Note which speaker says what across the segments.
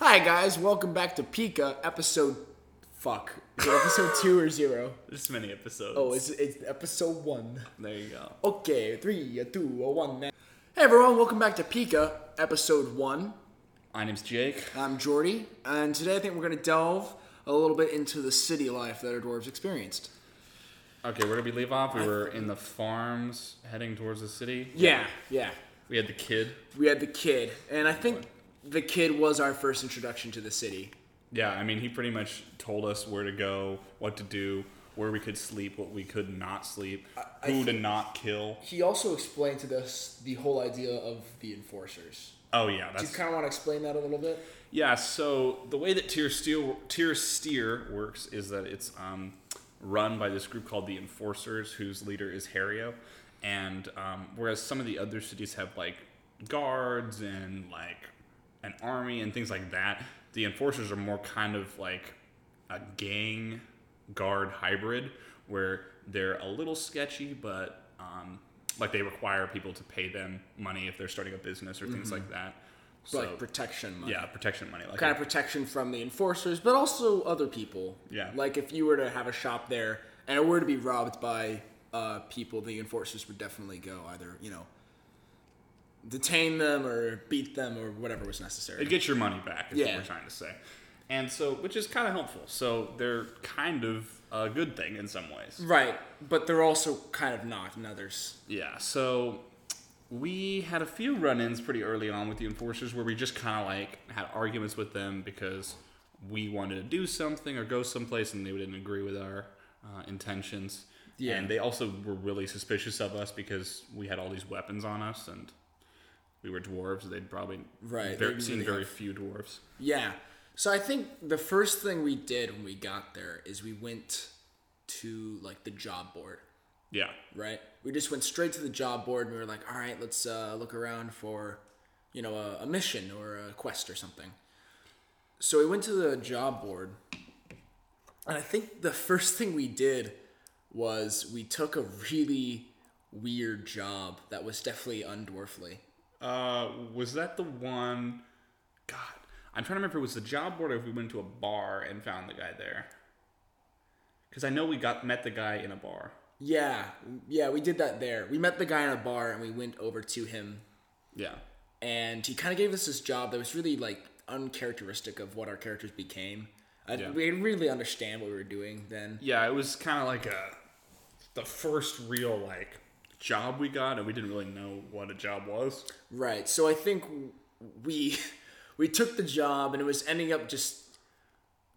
Speaker 1: Hi guys, welcome back to Pika episode. Fuck, Is it episode two or zero?
Speaker 2: There's many episodes.
Speaker 1: Oh, it's, it's episode one.
Speaker 2: there you go.
Speaker 1: Okay, three, a two, a one. Now. Hey everyone, welcome back to Pika episode one.
Speaker 2: My name's Jake.
Speaker 1: I'm Jordy, and today I think we're gonna delve a little bit into the city life that our dwarves experienced.
Speaker 2: Okay, where did we leave off? We were in the farms, heading towards the city.
Speaker 1: Yeah, yeah.
Speaker 2: We had the kid.
Speaker 1: We had the kid, and I think the kid was our first introduction to the city.
Speaker 2: Yeah, I mean, he pretty much told us where to go, what to do, where we could sleep, what we could not sleep,
Speaker 1: I
Speaker 2: who to
Speaker 1: think-
Speaker 2: not kill.
Speaker 1: He also explained to us the whole idea of the enforcers.
Speaker 2: Oh yeah,
Speaker 1: Do
Speaker 2: that's
Speaker 1: you kind of want to explain that a little bit?
Speaker 2: Yeah, so the way that Tier Steel Tier Steer works is that it's um, run by this group called the Enforcers, whose leader is Hario. And um, whereas some of the other cities have like guards and like an army and things like that, the Enforcers are more kind of like a gang guard hybrid where they're a little sketchy, but um, like they require people to pay them money if they're starting a business or things like that. So,
Speaker 1: like protection money.
Speaker 2: yeah, protection money. Like
Speaker 1: Kind of protection from the enforcers, but also other people.
Speaker 2: Yeah.
Speaker 1: Like if you were to have a shop there and it were to be robbed by uh, people, the enforcers would definitely go either, you know, detain them or beat them or whatever was necessary.
Speaker 2: it gets your money back. Is
Speaker 1: Yeah.
Speaker 2: what we're trying to say, and so which is kind of helpful. So they're kind of a good thing in some ways.
Speaker 1: right. But they're also kind of not in others.
Speaker 2: Yeah. So we had a few run-ins pretty early on with the enforcers where we just kind of like had arguments with them because we wanted to do something or go someplace and they didn't agree with our uh, intentions.
Speaker 1: Yeah.
Speaker 2: And they also were really suspicious of us because we had all these weapons on us and we were dwarves. They'd probably
Speaker 1: Right,
Speaker 2: ver-
Speaker 1: they
Speaker 2: seen
Speaker 1: really
Speaker 2: very few dwarves.
Speaker 1: Yeah. So I think the first thing we did when we got there is we went to like the job board.
Speaker 2: Yeah.
Speaker 1: right? We just went straight to the job board and we were like, all right, let's uh, look around for, you know, a, a mission or a quest or something. So we went to the job board, and I think the first thing we did was we took a really weird job that was definitely undwarfly.
Speaker 2: Uh, was that the one? God, I'm trying to remember. if it Was the job board or if we went to a bar and found the guy there? Because I know we got met the guy in a bar.
Speaker 1: Yeah, yeah, we did that there. We met the guy in a bar and we went over to him
Speaker 2: Yeah.
Speaker 1: and he kind of gave us this job that was really like uncharacteristic of what our characters became. I,
Speaker 2: Yeah.
Speaker 1: We didn't really understand what we were doing then.
Speaker 2: Yeah, it was kind of like a the first real like job we got, and we didn't really know what a job was.
Speaker 1: Right. So I think w- we we took the job and it was ending up just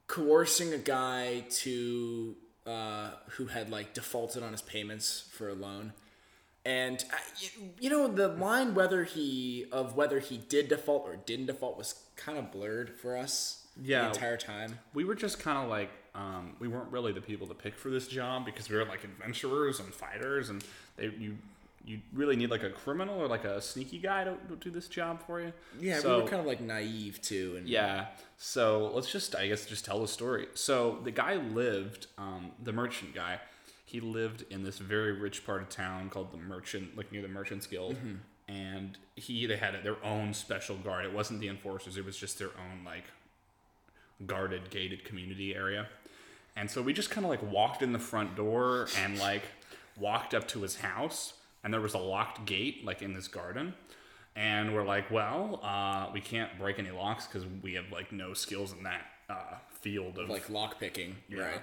Speaker 1: coercing a guy to uh, who had like defaulted on his payments for a loan. And I, you- you know the line whether he of whether he did default or didn't default was kind of blurred for us the
Speaker 2: Yeah.
Speaker 1: entire time.
Speaker 2: We were just kind of like um, we weren't really the people to pick for this job because we were like adventurers and fighters, and they you. You really need like a criminal or like a sneaky guy to, to do this job for you.
Speaker 1: Yeah,
Speaker 2: So-
Speaker 1: we were kind of like naive too, and
Speaker 2: Yeah. So let's just, I guess, just tell the story. So the guy lived, um, the merchant guy, he lived in this very rich part of town called the Merchant, like near the Merchants Guild. And he they had their own special guard. It wasn't the enforcers. It was just their own like guarded, gated community area. And so we just kind of like walked in the front door and like walked up to his house, and there was a locked gate like in this garden. And we're like, well, uh, we can't break any locks because we have like no skills in that uh, field of
Speaker 1: like lock picking, right?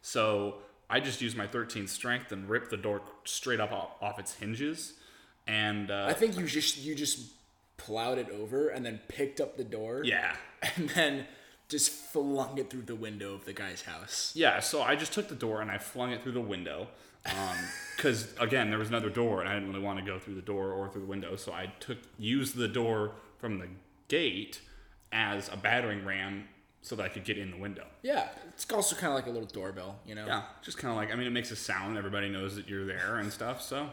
Speaker 2: so I just used my 13 strength and ripped the door straight up off, off its hinges. And uh,
Speaker 1: I think you just you just plowed it over and then picked up the door,
Speaker 2: yeah,
Speaker 1: and then just flung it through the window of the guy's house.
Speaker 2: yeah. So I just took the door and I flung it through the window. Because again, there was another door, and I didn't really want to go through the door or through the window. So I took used the door from the gate as a battering ram so that I could get in the window.
Speaker 1: Yeah, it's also kind of like a little doorbell, you know.
Speaker 2: Yeah, just kind of like I mean, it makes a sound. Everybody knows that you're there and stuff. So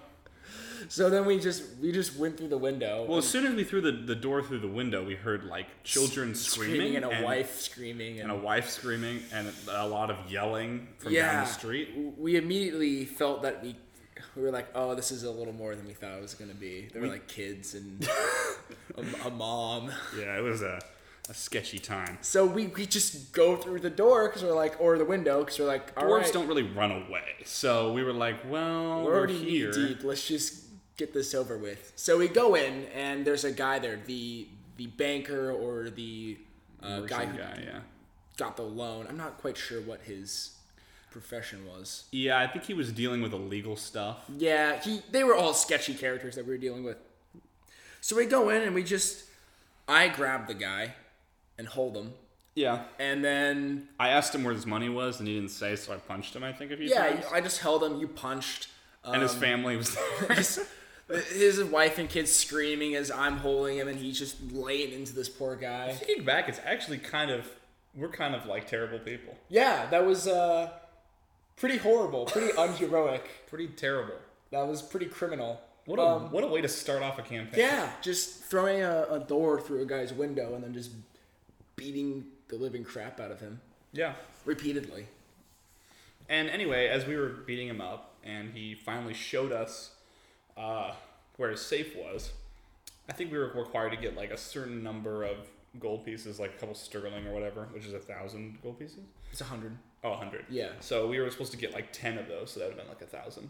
Speaker 1: So then we just we just went through the window,
Speaker 2: Well, as soon as we threw the, the door through the window, we heard like children screaming,
Speaker 1: screaming and a wife screaming, and,
Speaker 2: and a wife screaming and a lot of yelling from down
Speaker 1: yeah,
Speaker 2: the street.
Speaker 1: We immediately felt that we we were like, oh, this is a little more than we thought it was gonna be. There were like kids and a, a mom.
Speaker 2: Yeah, it was a a sketchy time.
Speaker 1: So we, we just go through the door because we're like, or the window because we're like, all
Speaker 2: Dwarves
Speaker 1: right,
Speaker 2: don't really run away, so we were like, well,
Speaker 1: we're
Speaker 2: we're,
Speaker 1: already knee
Speaker 2: here.
Speaker 1: deep. Let's just get this over with. So we go in, and there's a guy there, the the banker or the uh, guy
Speaker 2: Merchant
Speaker 1: who
Speaker 2: guy, yeah.
Speaker 1: got the loan. I'm not quite sure what his profession was.
Speaker 2: Yeah, I think he was dealing with illegal stuff.
Speaker 1: Yeah, he they were all sketchy characters that we were dealing with. So we go in and we just I grab the guy and hold him.
Speaker 2: Yeah.
Speaker 1: And then
Speaker 2: I asked him where his money was, and he didn't say, so I punched him. I think a few
Speaker 1: yeah,
Speaker 2: times.
Speaker 1: I just held him, you punched. Um,
Speaker 2: and his family was there.
Speaker 1: his, his wife and kids screaming as I'm holding him and he's just laying into this poor guy.
Speaker 2: Thinking back, it's actually kind of we're kind of like terrible people.
Speaker 1: Yeah, that was uh pretty horrible, pretty unheroic.
Speaker 2: Pretty terrible.
Speaker 1: That was pretty criminal.
Speaker 2: What a what a way to start off a campaign.
Speaker 1: Um, Yeah, just throwing a, a door through a guy's window and then just beating the living crap out of him
Speaker 2: Yeah.
Speaker 1: repeatedly.
Speaker 2: And anyway, as we were beating him up, and he finally showed us uh, where his safe was. I think we were required to get like a certain number of gold pieces, like a couple sterling or whatever, which is a thousand gold pieces.
Speaker 1: It's a hundred.
Speaker 2: Oh, 100.
Speaker 1: Yeah.
Speaker 2: So we were supposed to get like 10 of those, so that would have been like a 1,000.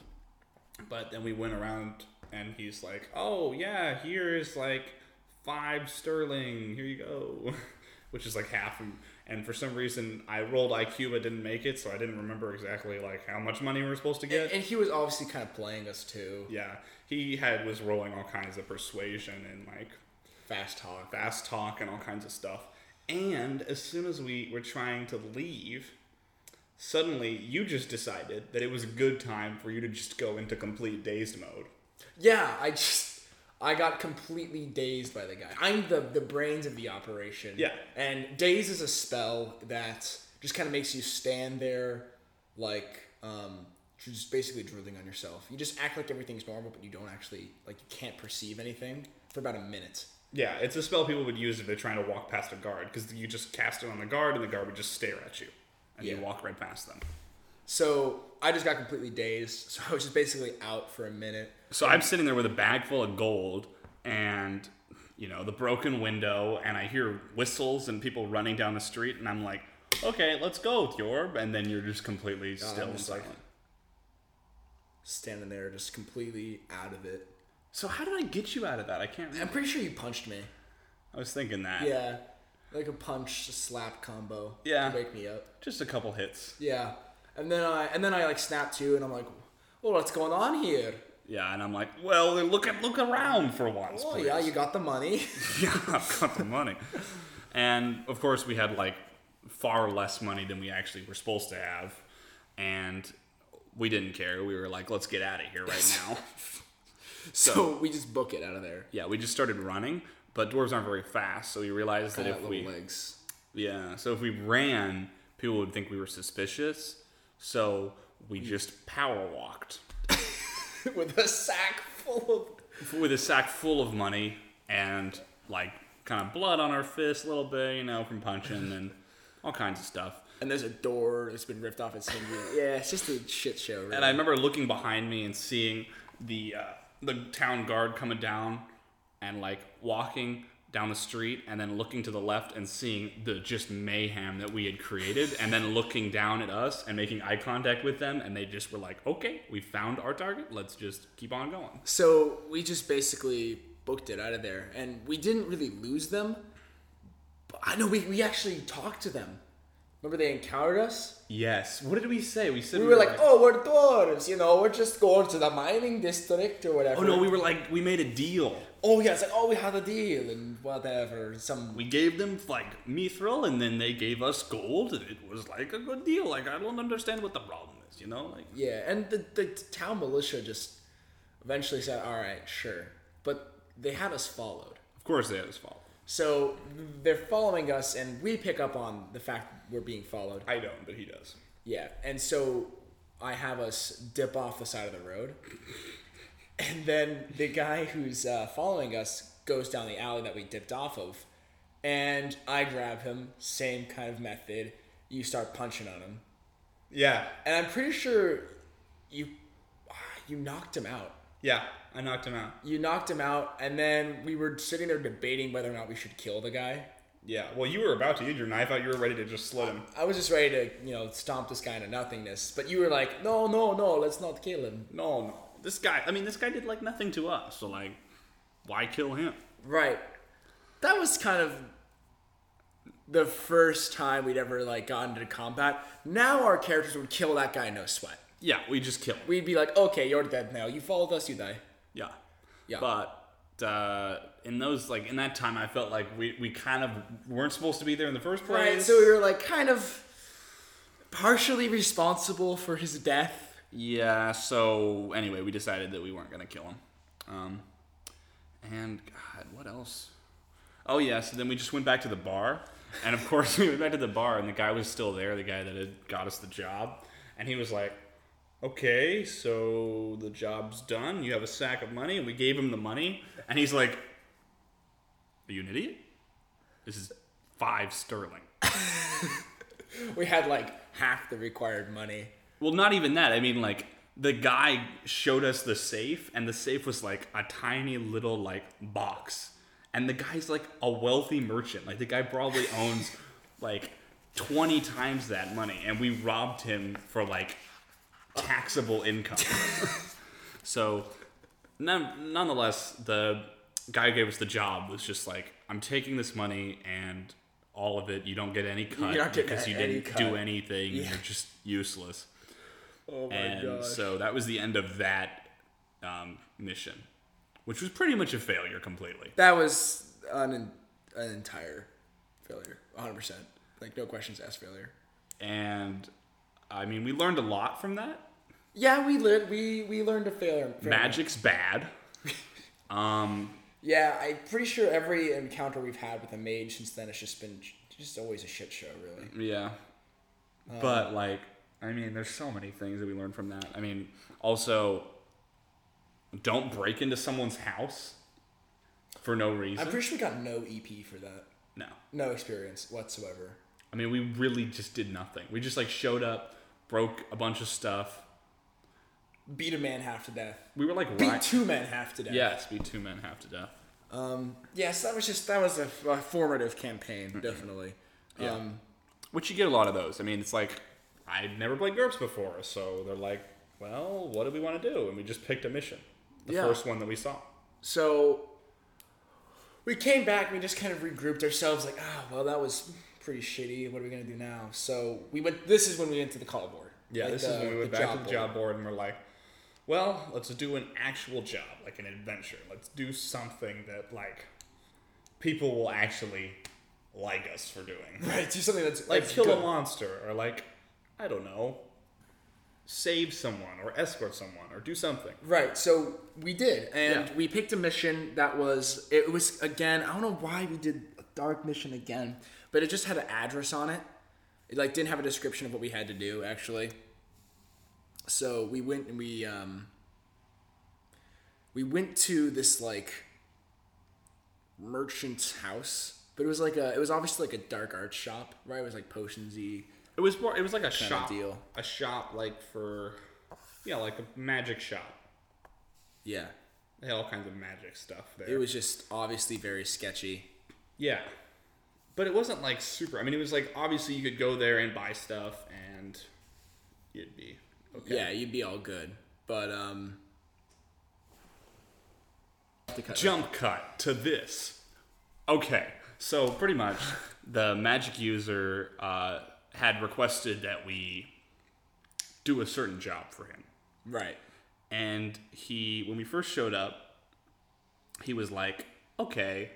Speaker 2: But then we went around and he's like, oh, yeah, here's like five sterling. Here you go. Which is like half. And, and for some reason, I rolled IQ but didn't make it, so I didn't remember exactly like how much money we were supposed to get.
Speaker 1: And he was obviously kind of playing us too.
Speaker 2: Yeah. He had was rolling all kinds of persuasion and like
Speaker 1: Fast talk.
Speaker 2: fast talk and all kinds of stuff. And as soon as we were trying to leave, suddenly you just decided that it was a good time for you to just go into complete dazed mode.
Speaker 1: Yeah, I just I got completely dazed by the guy. I'm the the brains of the operation.
Speaker 2: Yeah.
Speaker 1: And daze is a spell that just kind of makes you stand there like um just basically drooling on yourself. You just act like everything's normal, but you don't actually like you can't perceive anything for about a minute.
Speaker 2: Yeah, it's a spell people would use if they're trying to walk past a guard because you just cast it on the guard and the guard would just stare at you and
Speaker 1: Yeah.
Speaker 2: you walk right past them.
Speaker 1: So I just got completely dazed. So I was just basically out for a minute.
Speaker 2: So I'm sitting there with a bag full of gold and you know the broken window and I hear whistles and people running down the street and I'm like, okay, let's go, Thorb, and then you're just completely still and
Speaker 1: just like-
Speaker 2: silent.
Speaker 1: Standing there, just completely out of it.
Speaker 2: So how did I get you out of that? I can't
Speaker 1: I'm
Speaker 2: remember.
Speaker 1: pretty sure you punched me.
Speaker 2: I was thinking that.
Speaker 1: Yeah, like a punch a slap combo.
Speaker 2: Yeah.
Speaker 1: to wake me up.
Speaker 2: Just a couple hits.
Speaker 1: Yeah, and then I and then I like snap to, and I'm like, well, what's going on here?
Speaker 2: Yeah, and I'm like, well, then look at look around for once,
Speaker 1: Oh
Speaker 2: please.
Speaker 1: yeah, you got the money.
Speaker 2: yeah, I've got the money. And of course, we had like far less money than we actually were supposed to have, and we didn't care. We were like, let's get out of here right now.
Speaker 1: so we just book it out of there.
Speaker 2: yeah, we just started running, but dwarves aren't very fast, so we realized that
Speaker 1: Got
Speaker 2: if
Speaker 1: little
Speaker 2: we
Speaker 1: legs.
Speaker 2: Yeah. So if we ran, people would think we were suspicious. So
Speaker 1: Hmm.
Speaker 2: we just power walked
Speaker 1: with a sack full of.
Speaker 2: with a sack full of money and like kind of blood on our fist a little bit, you know, from punching and all kinds of stuff.
Speaker 1: And there's a door that's been ripped off its hinges. yeah, it's just a shit show. Really.
Speaker 2: And I remember looking behind me and seeing the uh, the town guard coming down and like walking down the street and then looking to the left and seeing the just mayhem that we had created and then looking down at us and making eye contact with them and they just were like okay we found our target let's just keep on going
Speaker 1: So we just basically booked it out of there, and we didn't really lose them. But I know we, we actually talked to them. Remember they encountered us?
Speaker 2: yes what did we say we said
Speaker 1: We were like, "Oh, we're dwarves, you know. We're just going to the mining district or whatever."
Speaker 2: oh no we were like we made a deal
Speaker 1: Oh yeah, it's like, "Oh, we had a deal and whatever." Some
Speaker 2: we gave them like mithril and then they gave us gold and it was like a good deal like i don't understand what the problem is you know like
Speaker 1: yeah, and the the town militia just eventually said, "All right, sure," but they had us followed.
Speaker 2: of course they had us follow
Speaker 1: So they're following us, and we pick up on the fact we're being followed.
Speaker 2: I don't, but he does.
Speaker 1: Yeah, and so I have us dip off the side of the road, and then the guy who's uh, following us goes down the alley that we dipped off of, and I grab him. Same kind of method. You start punching on him,
Speaker 2: Yeah,
Speaker 1: and I'm pretty sure you ah, you knocked him out.
Speaker 2: yeah. I knocked him out.
Speaker 1: You knocked him out, and then we were sitting there debating whether or not we should kill the guy.
Speaker 2: Yeah. Well, you were about to. You had your knife out. You were ready to just slit him.
Speaker 1: I was just ready to, you know, stomp this guy into nothingness. But you were like, no, no, no, let's not kill him.
Speaker 2: No, no. This guy. I mean, this guy did like nothing to us. So like, why kill him?
Speaker 1: Right. That was kind of the first time we'd ever like gotten into combat. Now our characters would kill that guy no sweat.
Speaker 2: Yeah, we just kill him.
Speaker 1: We'd be like, okay, you're dead now. You followed us, you die.
Speaker 2: Yeah.
Speaker 1: Yeah.
Speaker 2: But uh, in those like in that time, I felt like we, we kind of weren't supposed to be there in the first place.
Speaker 1: Right. So we were like kind of partially responsible for his death.
Speaker 2: yeah. So anyway, we decided that we weren't gonna kill him. Um, and God, what else? Oh yeah. So then we just went back to the bar, and of course we went back to the bar, and the guy was still there, the guy that had got us the job, and he was like. Okay, so the job's done. You have a sack of money, and we gave him the money, and he's like, "Are you an idiot? This is five sterling."
Speaker 1: We had like half the required money.
Speaker 2: Well, not even that. I mean, like the guy showed us the safe, and the safe was like a tiny little like box, and the guy's like a wealthy merchant. Like the guy probably owns like twenty times that money, and we robbed him for like taxable income. so, none, nonetheless, the guy who gave us the job was just like, "I'm taking this money and." All of it, you don't get any cut
Speaker 1: You're not getting
Speaker 2: because you
Speaker 1: any
Speaker 2: didn't
Speaker 1: cut.
Speaker 2: do anything. You're just useless
Speaker 1: Oh my
Speaker 2: and so that was the end of that um, mission, which was pretty much a failure completely.
Speaker 1: that was an an entire failure, 100%. Like no questions asked failure.
Speaker 2: And I mean, we learned a lot from that.
Speaker 1: Yeah, we learned we we learned to fail. fail.
Speaker 2: Magic's bad. um,
Speaker 1: Yeah, I'm pretty sure every encounter we've had with a mage since then has just been just always a shit show, really.
Speaker 2: yeah, but like, I mean, there's so many things that we learned from that. I mean, also, don't break into someone's house for no reason.
Speaker 1: I'm pretty sure we got no EP for that.
Speaker 2: no,
Speaker 1: No experience whatsoever.
Speaker 2: I mean, we really just did nothing. We just like showed up, broke a bunch of stuff.
Speaker 1: Beat a man half to death.
Speaker 2: We were like
Speaker 1: Beat
Speaker 2: ri-
Speaker 1: two men half to death.
Speaker 2: Yes, be two men half to death.
Speaker 1: Um, yes, that was just that was a, a formative campaign, definitely.
Speaker 2: Yeah.
Speaker 1: Um,
Speaker 2: Which you get a lot of those. I mean, it's like I'd never played GURPS before, so they're like, well, what do we want to do? And we just picked a mission, the
Speaker 1: Yeah.
Speaker 2: first one that we saw.
Speaker 1: so we came back and we just kind of regrouped ourselves like, ah, well, that was pretty shitty. What are we going to do now? So we went this is when we went to the call board.
Speaker 2: Yeah,
Speaker 1: Like
Speaker 2: this
Speaker 1: the-
Speaker 2: is when we went
Speaker 1: the
Speaker 2: back to the
Speaker 1: board.
Speaker 2: job board and we're like, well, let's do an actual job, like an adventure. Let's do something that like people will actually like us for doing,
Speaker 1: Right, do something that's
Speaker 2: like
Speaker 1: that's
Speaker 2: kill a
Speaker 1: good.
Speaker 2: monster or like I don't know, save someone or escort someone or do something.
Speaker 1: Right, so we did, and
Speaker 2: Yeah.
Speaker 1: we picked a mission that was it was again. I don't know why we did a dark mission again, but it just had an address on it. It like didn't have a description of what we had to do actually. So we went and we um we went to this like merchant's house, but it was like a it was obviously like a dark art shop, right? It was like potionsy.
Speaker 2: It was more. It was like a
Speaker 1: of
Speaker 2: shop
Speaker 1: deal.
Speaker 2: A shop like for, yeah, like a magic shop.
Speaker 1: Yeah,
Speaker 2: They had all kinds of magic stuff there.
Speaker 1: it was just obviously very sketchy.
Speaker 2: yeah, but it wasn't like super. I mean, it was like obviously you could go there and buy stuff, and you'd be okay.
Speaker 1: Yeah, you'd be all good. But um
Speaker 2: Jump cut to this. Okay, so pretty much the magic user uh, had requested that we do a certain job for him.
Speaker 1: Right.
Speaker 2: and he when we first showed up he was like okay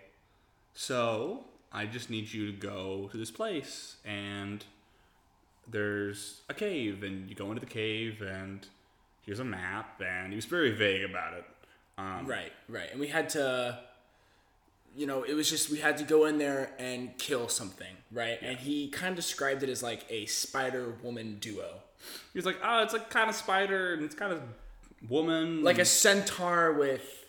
Speaker 2: so i just need you to go to this place and there's a cave and you go into the cave and here's a map and he was very vague about it um,
Speaker 1: Right. Right. And we had to you know, it was just we had to go in there and kill something, right? And he kind of described it as like a spider woman
Speaker 2: Hmm.
Speaker 1: duo.
Speaker 2: he was like oh it's like kind of spider and it's kind of woman
Speaker 1: Like a centaur with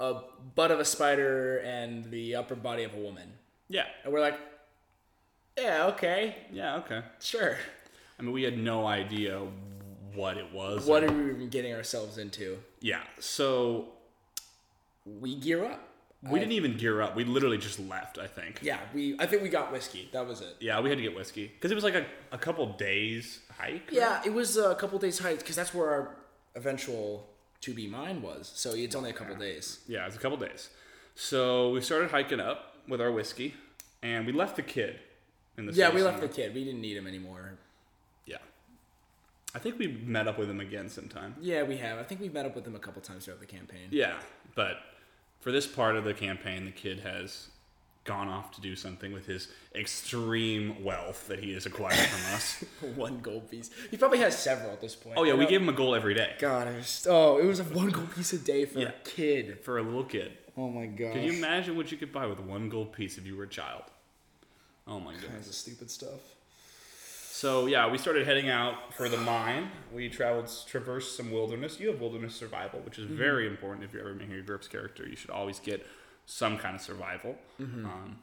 Speaker 1: a butt of a spider and the upper body of a woman.
Speaker 2: yeah
Speaker 1: And we're like, yeah, okay,
Speaker 2: yeah okay
Speaker 1: sure.
Speaker 2: i mean we had no idea what it was
Speaker 1: What are we even getting ourselves into?
Speaker 2: yeah so
Speaker 1: We gear up.
Speaker 2: We didn't even gear up. We literally just left, I think.
Speaker 1: Yeah, we. I think we got whiskey. That was it.
Speaker 2: Yeah, we had to get whiskey. Because it was like a, a couple days hike.
Speaker 1: Yeah, it was a couple days hike because that's where our eventual to be mine was. So it's only a couple days.
Speaker 2: Yeah, it was a couple days. So we started hiking up with our whiskey and we left the kid in the
Speaker 1: Yeah, we
Speaker 2: station.
Speaker 1: left the kid. We didn't need him anymore.
Speaker 2: Yeah. I think we met up with him again sometime.
Speaker 1: Yeah, we have. I think we've met up with him a couple times throughout the campaign.
Speaker 2: Yeah, but for this part of the campaign, the kid has gone off to do something with his extreme wealth that he has acquired from us.
Speaker 1: one gold piece. He probably has several at this point.
Speaker 2: Oh yeah,
Speaker 1: I
Speaker 2: we
Speaker 1: don't-
Speaker 2: gave him a goal every day
Speaker 1: God, it was, oh, it was a one gold piece a day for
Speaker 2: Yeah.
Speaker 1: a kid.
Speaker 2: for a little kid.
Speaker 1: Oh my god.
Speaker 2: Can you imagine what you could buy with one gold piece if you were a child? Oh my god.
Speaker 1: Kinds of stupid stuff.
Speaker 2: So yeah, we started heading out for the mine. We traveled, traversed some wilderness. You have wilderness survival, which
Speaker 1: Mm-hmm.
Speaker 2: is very important if you're ever making your GURPS character. You should always get some kind of survival.
Speaker 1: Mm-hmm.
Speaker 2: Um,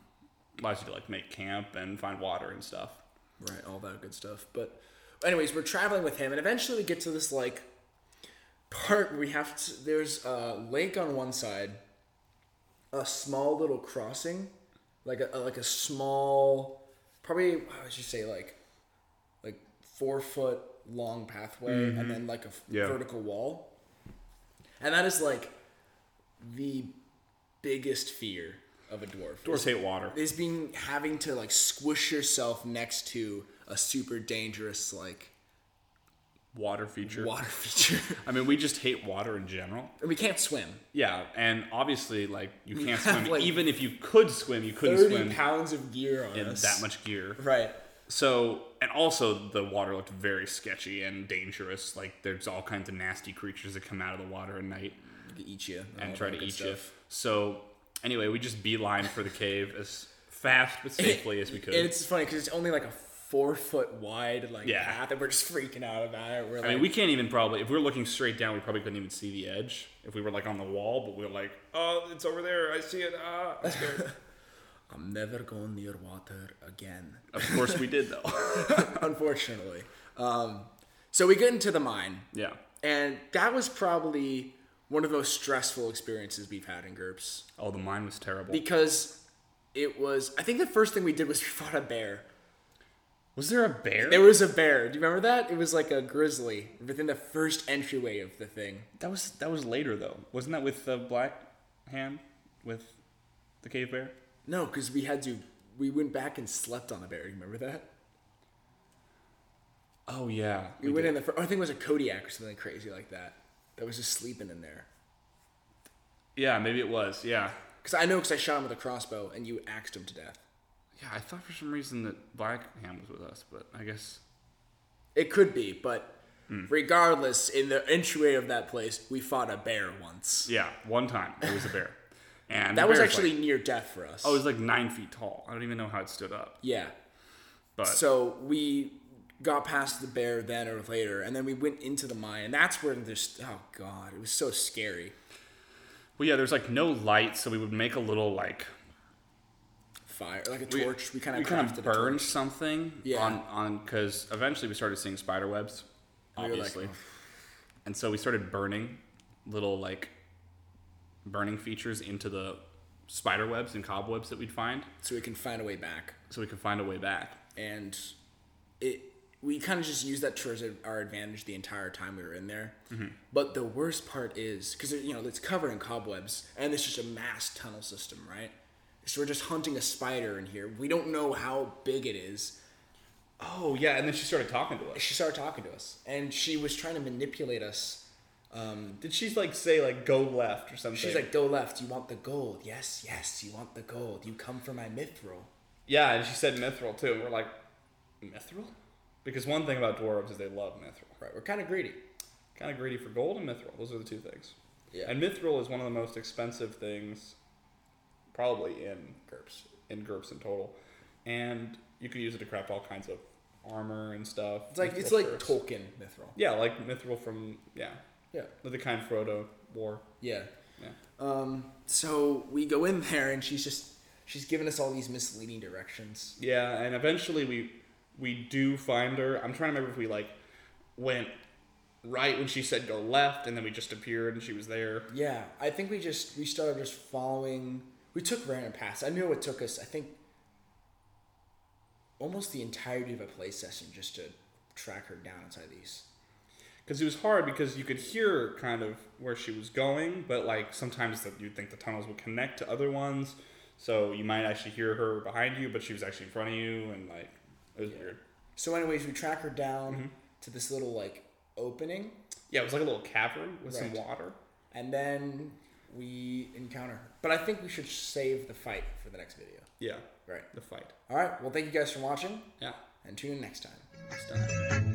Speaker 2: allows you to like make camp and find water and stuff.
Speaker 1: Right, all that good stuff. But, anyways, we're traveling with him, and eventually we get to this like part where we have to. There's a lake on one side, a small little crossing, like a, like a small, probably how would you say like, like four foot long pathway, and then like a f-
Speaker 2: Yeah.
Speaker 1: vertical wall, and that is like the biggest fear of a dwarf. is
Speaker 2: Dwarves hate water.
Speaker 1: is being having to like squish yourself next to a super dangerous like
Speaker 2: Water feature.
Speaker 1: water feature.
Speaker 2: I mean, we just hate water in general.
Speaker 1: and we can't swim.
Speaker 2: Yeah, and obviously, like you can't swim.
Speaker 1: have, like,
Speaker 2: Even if you could swim, you couldn't
Speaker 1: Thirty
Speaker 2: swim
Speaker 1: pounds of gear on
Speaker 2: in
Speaker 1: us.
Speaker 2: that much gear.
Speaker 1: Right.
Speaker 2: So, and also the water looked very sketchy and dangerous. Like there's all kinds of nasty creatures that come out of the water at night
Speaker 1: To eat you
Speaker 2: and try to eat you. So, anyway, we just beeline for the cave as fast but safely as we could.
Speaker 1: And it's funny because it's only like a four foot wide like
Speaker 2: Yeah.
Speaker 1: path, and we're just freaking out about it. We're like,
Speaker 2: I mean, we can't even probably if we we're looking straight down, we probably couldn't even see the edge if we were like on the wall. But we were like, oh, it's over there. I see it. Ah, I'm scared.
Speaker 1: I'm never going near water again.
Speaker 2: of course, we did though.
Speaker 1: Unfortunately. Um, so we get into the mine.
Speaker 2: yeah,
Speaker 1: And that was probably one of the most stressful experiences we've had in GURPS.
Speaker 2: oh, the mine was terrible.
Speaker 1: because it was i think the first thing we did was we fought a bear
Speaker 2: Was there a bear?
Speaker 1: there was a bear do you remember that it was like a grizzly within the first entryway of the thing
Speaker 2: That was that was later though, wasn't that with the black hand with the cave bear?
Speaker 1: no because we had to we went back and slept on a bear you remember that
Speaker 2: Oh yeah,
Speaker 1: we, went in the first i think it was a kodiak or something crazy like that that was just sleeping in there
Speaker 2: Yeah, maybe it was. Yeah,
Speaker 1: because i know because i shot him with a crossbow and you axed him to death
Speaker 2: yeah. I thought for some reason that black hand was with us, but I guess
Speaker 1: it could be but regardless in the entryway of that place we fought a bear once
Speaker 2: yeah. One time it was a bear, and
Speaker 1: that
Speaker 2: the
Speaker 1: was
Speaker 2: bear's
Speaker 1: actually
Speaker 2: like,
Speaker 1: near death for us
Speaker 2: oh, it was like nine feet tall. I don't even know how it stood up,
Speaker 1: yeah
Speaker 2: but
Speaker 1: So we got past the bear then or later, and then we went into the mine, and that's where there's oh god, it was so scary.
Speaker 2: well, yeah. There's like no light, so we would make a little like
Speaker 1: Fire like a torch. We, kind
Speaker 2: we
Speaker 1: of
Speaker 2: kind
Speaker 1: crafted
Speaker 2: of
Speaker 1: a torch.
Speaker 2: burned something
Speaker 1: Yeah.
Speaker 2: on on because eventually we started seeing spider webs,
Speaker 1: were like, "Oh."
Speaker 2: obviously, and so we started burning little like burning features into the spider webs and cobwebs that we'd find,
Speaker 1: so we can find a way back.
Speaker 2: so we could find a way back.
Speaker 1: And it we kind of just used that towards our advantage the entire time we were in there.
Speaker 2: Mm-hmm.
Speaker 1: But the worst part is because you know it's covered in cobwebs, and it's just a mass tunnel system, right? So we're just hunting a spider in here. We don't know how big it is.
Speaker 2: Oh yeah, and then she started talking to us.
Speaker 1: She started talking to us, and she was trying to manipulate us um,
Speaker 2: Did she like say like go left or something?
Speaker 1: She's like, go left. You want the gold? Yes, yes. You want the gold? You come for my mithril.
Speaker 2: yeah, and she said mithril too. We're like mithril, because one thing about dwarves is they love mithril.
Speaker 1: Right. We're kind of greedy.
Speaker 2: Kind of greedy for gold and mithril. Those are the two things.
Speaker 1: Yeah.
Speaker 2: And mithril is one of the most expensive things, probably in GURPS, in GURPS in total, and you can use it to craft all kinds of armor and stuff.
Speaker 1: It's like
Speaker 2: Mithril
Speaker 1: it's like
Speaker 2: curse.
Speaker 1: Tolkien mithril.
Speaker 2: yeah, like mithril from yeah,
Speaker 1: Yeah.
Speaker 2: like the kind Frodo wore.
Speaker 1: Yeah.
Speaker 2: Yeah.
Speaker 1: Um. So we go in there, and she's just she's giving us all these misleading directions.
Speaker 2: Yeah, and eventually we we do find her. I'm trying to remember if we like went right when she said go left, and then we just appeared and she was there.
Speaker 1: Yeah, I think we just we started just following. We took random paths. I knew it took us. I think almost the entirety of a play session just to track her down inside these.
Speaker 2: Because it was hard because you could hear kind of where she was going, but like sometimes that you'd think the tunnels would connect to other ones, so you might actually hear her behind you, but she was actually in front of you, and like it was weird.
Speaker 1: So, anyways, we track her down to this little like opening,
Speaker 2: Yeah, it was like a little cavern with some
Speaker 1: Right.
Speaker 2: water.
Speaker 1: and then we encounter her. But I think we should save the fight for the next video.
Speaker 2: Yeah,
Speaker 1: Right.
Speaker 2: the fight.
Speaker 1: All right. Well, thank you guys for watching,
Speaker 2: Yeah,
Speaker 1: and tune in next time.
Speaker 2: it's done.